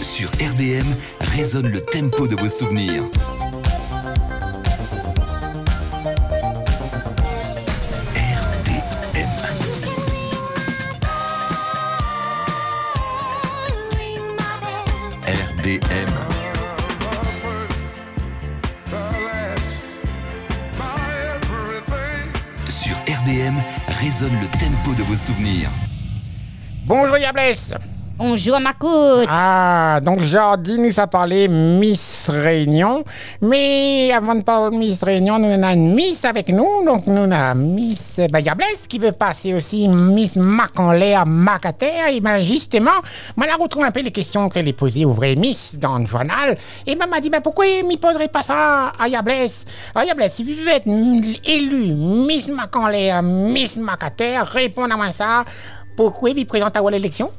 Sur RDM résonne le tempo de vos souvenirs. RDM. RDM. Sur RDM résonne le tempo de vos souvenirs. Bonjour Yablès On joue à ma côte. Ah, donc Jardine, ça parlait Miss Réunion. Mais avant de parler Miss Réunion, nous on a une Miss avec nous. Donc nous on a Miss euh, ben, Yablès qui veut passer aussi Miss Mac en l'air, Mac à terre. Et bien justement, moi la retrouve un peu les questions qu'elle est posée aux vraies Miss dans le journal. Et ben, elle m'a dit, ben pourquoi elle m'y poserait pas ça à Yablès Alors Yablès, si vous voulez être élu Miss Mac en l'air, Miss Mac à terre, répondez-moi ça. Pourquoi vous présentez à l'élection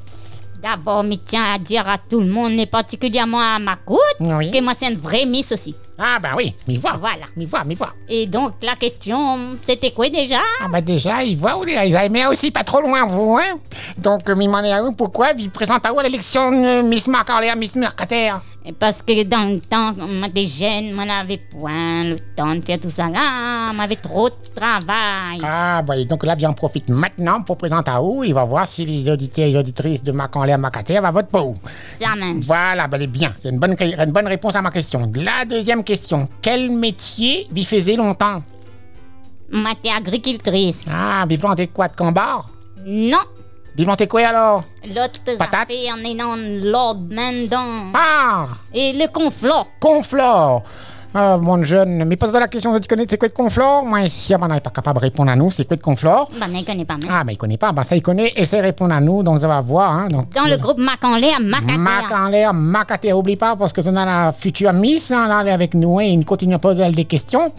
D'abord, je tiens à dire à tout le monde, et particulièrement à ma côte, Oui. que moi c'est une vraie miss aussi. Ah ben oui, il voit. Voilà. Il voit, il voit. Et donc la question, c'était quoi déjà Ah ben déjà, il voit où les Alzheimer aussi, pas trop loin vous, hein Donc, euh, m'y à vous, pourquoi il présente à vous à l'élection euh, Miss Marcarlea, Miss Mercater Et Parce que dans le temps, quand on était jeune, on n'avait point le temps de faire tout ça là, on avait trop de travail. Ah ben donc là, bien en profite maintenant pour présenter à vous, il va voir si les auditeurs et les auditrices de Marcarlea, Mercater va voter pour vous. Ça même. Voilà, ben elle est bien, c'est une bonne, une bonne réponse à ma question. La deuxième question, quel métier vous faisiez longtemps Moi j'étais agricultrice. Ah, vous plantez quoi de cambar Non, Vous plantez quoi alors l'autre Patate. affaire, on est dans l'ordre maintenant. Ah Et le conflit. Conflore Ah, mon jeune, mais pose la question, tu connais, c'est quoi de Conflore Moi, si ah, ben, non, il n'est pas capable de répondre à nous, c'est quoi de Conflore Bah, je ne connais pas. moi. Ah, ben, il connaît pas, ben, ça, il connaît, essaie de répondre à nous, donc ça va voir. Hein, donc, Dans le groupe Mac en l'air, Mac à Mac terre. en l'air, Mac à terre, oublie pas, parce que c'est dans la future Miss, hein, là, elle est avec nous, hein, et il continue à poser elle, des questions.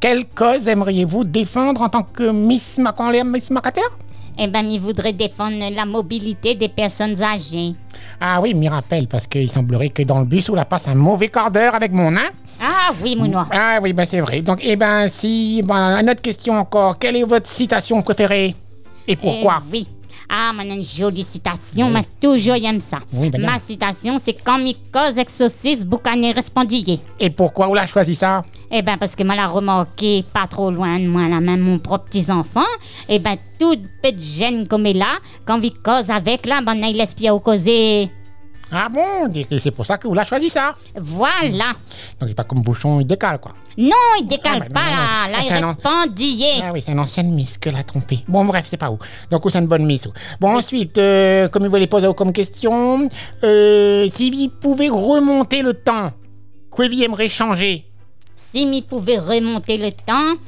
Quelle cause aimeriez-vous défendre en tant que Miss Mac en l'air, Miss Mac à terre Eh ben, il voudrait défendre la mobilité des personnes âgées. Ah oui, m'y rappelle, parce qu'il semblerait que dans le bus, on la passe un mauvais quart d'heure avec mon nain. Ah oui, mon noir. Ah oui, ben c'est vrai. Donc, eh ben, si, ben, une autre question encore. Quelle est votre citation préférée Et pourquoi Eh Oui. Ah, mon une jolie citation, mais toujours j'aime ça. Oui, ben, Ma non. citation, c'est quand mi cause exorciste boucané respondillé. Et pourquoi on l'a choisi ça Eh ben, parce que moi l'a remarqué pas trop loin de moi, là, même mon propre petit-enfant. Eh ben, toute petite jeune comme elle là, quand il cause avec là, ben, il laisse pied au causer. Ah bon Et c'est pour ça qu'on l'a choisi ça. Voilà. Donc, c'est pas comme Bouchon, il décale, quoi. Non, il décale Ah, ben, pas non, non, là. non. Là, Ah, il ça, non. respondillé. Ah oui, c'est une ancienne miss que l'a trompé. Bon, bref, c'est pas où. Donc, où c'est une bonne miss. où. Bon, ensuite, euh, comme il voulait poser comme question, euh, si vous pouvez remonter le temps, que vous aimerait changer Si m'y pouvait remonter le temps,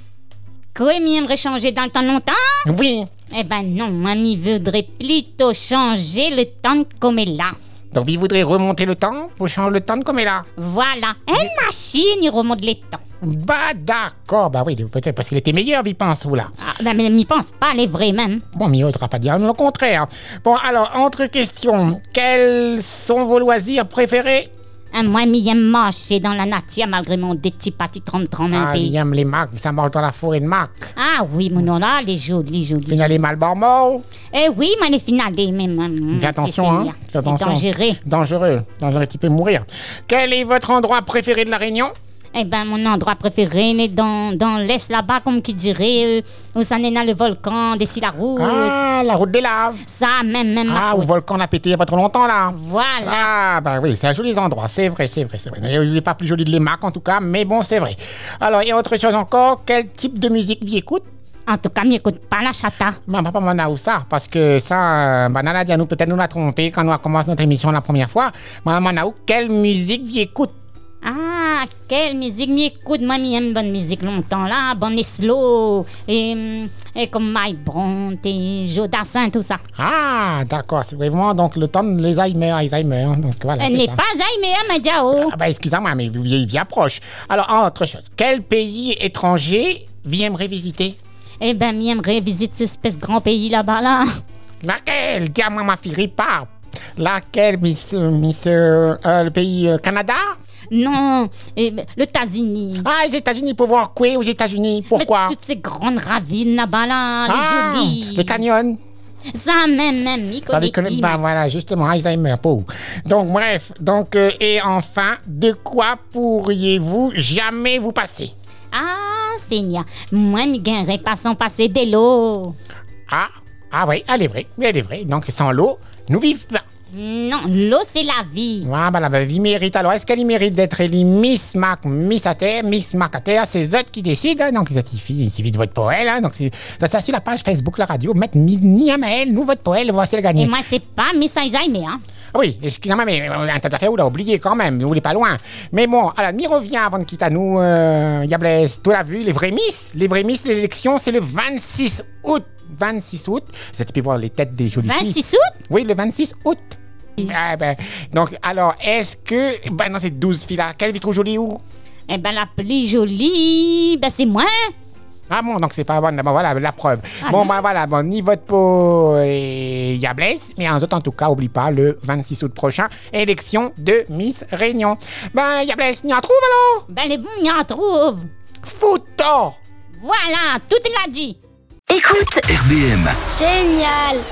quoi m'y aimerait changer dans le temps longtemps Oui. Eh ben non, moi m'y voudrais plutôt changer le temps comme est là. Donc, vous voudrez remonter le temps pour changer le temps de comme il est là. Voilà, une machine, il remonte le temps. Bah d'accord, bah oui, peut-être parce qu'il était meilleur, il pense, ou là. Ah, ben mais m'y pense pas, les vrais même. Bon, mais il osera pas dire le contraire. Bon, alors, entre questions, quels sont vos loisirs préférés Hein, moi m'y aime marcher dans la nature malgré mon des petits petits trompe-trompe un Ah, pays. j'aime les marques, ça marche dans la forêt de marques. Ah oui, mon nom là, les jolis, jolis. Finale Malbor mort, Eh oui, mais les finales, mais hum, fais attention, hein. c'est Fais attention. dangereux. Dangereux, dangereux, tu peux mourir. Quel est votre endroit préféré de la Réunion Eh ben, mon endroit préféré est dans, dans l'Est, là-bas, comme qui dirait, euh, où s'en est dans le volcan, d'ici la route. Ah, la route des laves. Ça, même, même. Ah, où le volcan a pété il y a pas trop longtemps, là. Mmh. Voilà. Ah, bah oui, c'est un joli endroit, c'est vrai, c'est vrai, c'est vrai. D'ailleurs, Il n'est pas plus joli de les marques, en tout cas, mais bon, c'est vrai. Alors, et autre chose encore, quel type de musique vous écoute En tout cas, m'écoute pas la chata. Ma papa m'en a ou ça, parce que ça, euh, bah, Nana Dianou, peut-être nous l'a trompé quand on a commencé notre émission la première fois. Ma maman a ou quelle musique vous écoute Ah, quelle musique m'écoute. Moi, j'aime bonne musique longtemps, là. Bonne et slow. Et, hum, et comme Mike Brandt et Jodassin, tout ça. Ah, d'accord, c'est vraiment donc le temps de l'Alzheimer, Alzheimer, hein, donc voilà. Elle c'est n'est ça. pas hein, Aïméa Madiao. Ah, bah, excusez-moi, mais vous il y approche. Alors, en autre chose, quel pays étranger vous aimerez visiter Eh ben, j'aimerais visiter cette espèce de grand pays là-bas, là. Laquelle Dis-moi, ma fille, répare. Laquelle, Miss, euh, Miss, euh, euh, le pays euh, Canada Mm. Non, eh ben, le Tazini. Ah, les États-Unis, pour voir quoi aux États-Unis Mais Pourquoi Toutes ces grandes ravines là-bas, là, les Ah, jolies. le canyon Ça même, même, il Ça les connaît connaît. qui, Ben mais- voilà, justement, Alzheimer, pauvre. Donc, bref, donc, euh, et enfin, de quoi pourriez-vous jamais vous passer Ah, Seigneur, moi, ne gagnerais pas sans passer de l'eau. Ah, ah oui, elle est vraie, oui, elle est vraie. Donc, sans l'eau, nous vivons pas. Non, l'eau, c'est la vie. Ah, ben la vie mérite. Alors, est-ce qu'elle y mérite d'être élue Miss Mac, Miss à terre, Miss Mac à terre C'est eux qui décident. hein. donc, il suffit, il suffit de voter pour elle. hein. donc, c'est- ça, ça, sur la page Facebook, la radio, mettre Miriam à elle, nous vote pour elle, voici le Et gagnant. moi, c'est pas Miss Alzheimer. Hein. Ah Oui, excusez-moi, mais euh, un tas d'affaires, vous l'a oublié quand même, vous n'est pas loin. Mais bon, alors, m'y revient avant de quitter à nous, euh, Yables, tu l'as vu, les vrais Miss, les vrais Miss, l'élection, c'est le 26 août. 26 août, vous avez pu voir les têtes des jolies filles. 26 août Oui, le 26 août. Ah ben, donc, alors, est-ce que. Ben non, ces 12 filles-là, quelle vie trop jolie ou Eh ben, la plus jolie, ben, c'est moi. Ah bon, donc c'est pas bon, bon, voilà la preuve. bon, ben voilà, bon, ni vote pour et Yables, mais en autres, en tout cas, oublie pas le 26 août prochain, élection de Miss Réunion. Ben, Yables, n'y en trouve alors Ben, les bons, il en trouve. Foutant Voilà, tout il l'a dit. Écoute, RDM. génial